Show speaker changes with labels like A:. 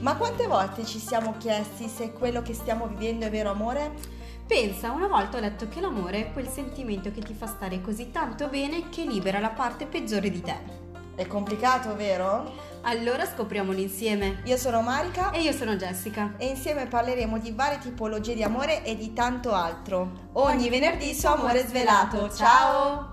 A: Ma quante volte ci siamo chiesti se quello che stiamo vivendo è vero amore?
B: Pensa, una volta ho letto che l'amore è quel sentimento che ti fa stare così tanto bene che libera la parte peggiore di te.
A: È complicato, vero?
B: Allora scopriamolo insieme.
A: Io sono Marica
B: E io sono Jessica.
A: e insieme parleremo di varie tipologie di amore e di tanto altro. Ogni venerdì su Amore Svelato. Ciao!